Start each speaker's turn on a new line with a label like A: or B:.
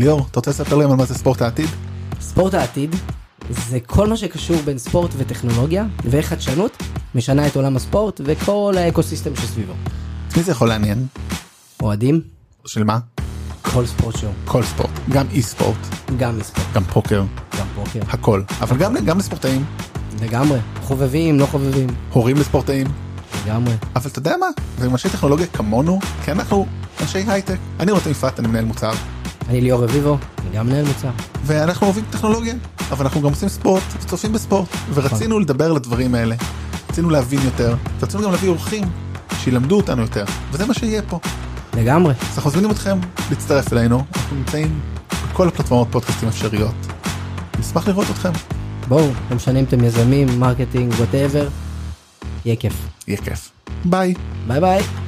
A: ליאור, אתה רוצה לספר להם על מה זה ספורט העתיד?
B: ספורט העתיד זה כל מה שקשור בין ספורט וטכנולוגיה ואיך חדשנות משנה את עולם הספורט וכל האקוסיסטם שסביבו.
A: את מי זה יכול לעניין?
B: אוהדים,
A: של מה?
B: כל ספורט שהוא,
A: כל ספורט, גם אי ספורט,
B: גם מספורט,
A: גם פוקר,
B: גם פוקר,
A: הכל. אבל גם, גם לספורטאים,
B: לגמרי, חובבים, לא חובבים,
A: הורים לספורטאים.
B: לגמרי.
A: אבל אתה יודע מה? זה עם אנשי טכנולוגיה כמונו, כי אנחנו אנשי הייטק. אני רותם יפעת, אני מנהל מוצר,
B: אני ליאור רביבו, אני גם מנהל מוצר.
A: ואנחנו אוהבים טכנולוגיה, אבל אנחנו גם עושים ספורט, וצופים בספורט, ורצינו לדבר על הדברים האלה. רצינו להבין יותר, ורצינו גם להביא אורחים שילמדו אותנו יותר, וזה מה שיהיה פה.
B: לגמרי.
A: אז אנחנו מזמינים אתכם להצטרף אלינו, אנחנו נמצאים בכל הפלטפורמות פודקאסטים אפשריות. נשמח לראות אתכם,
B: בואו, לא משנה אם אתם יזמים, מרקטינג, ווטאבר, יהיה כיף.
A: יהיה כיף. ביי.
B: ביי ביי.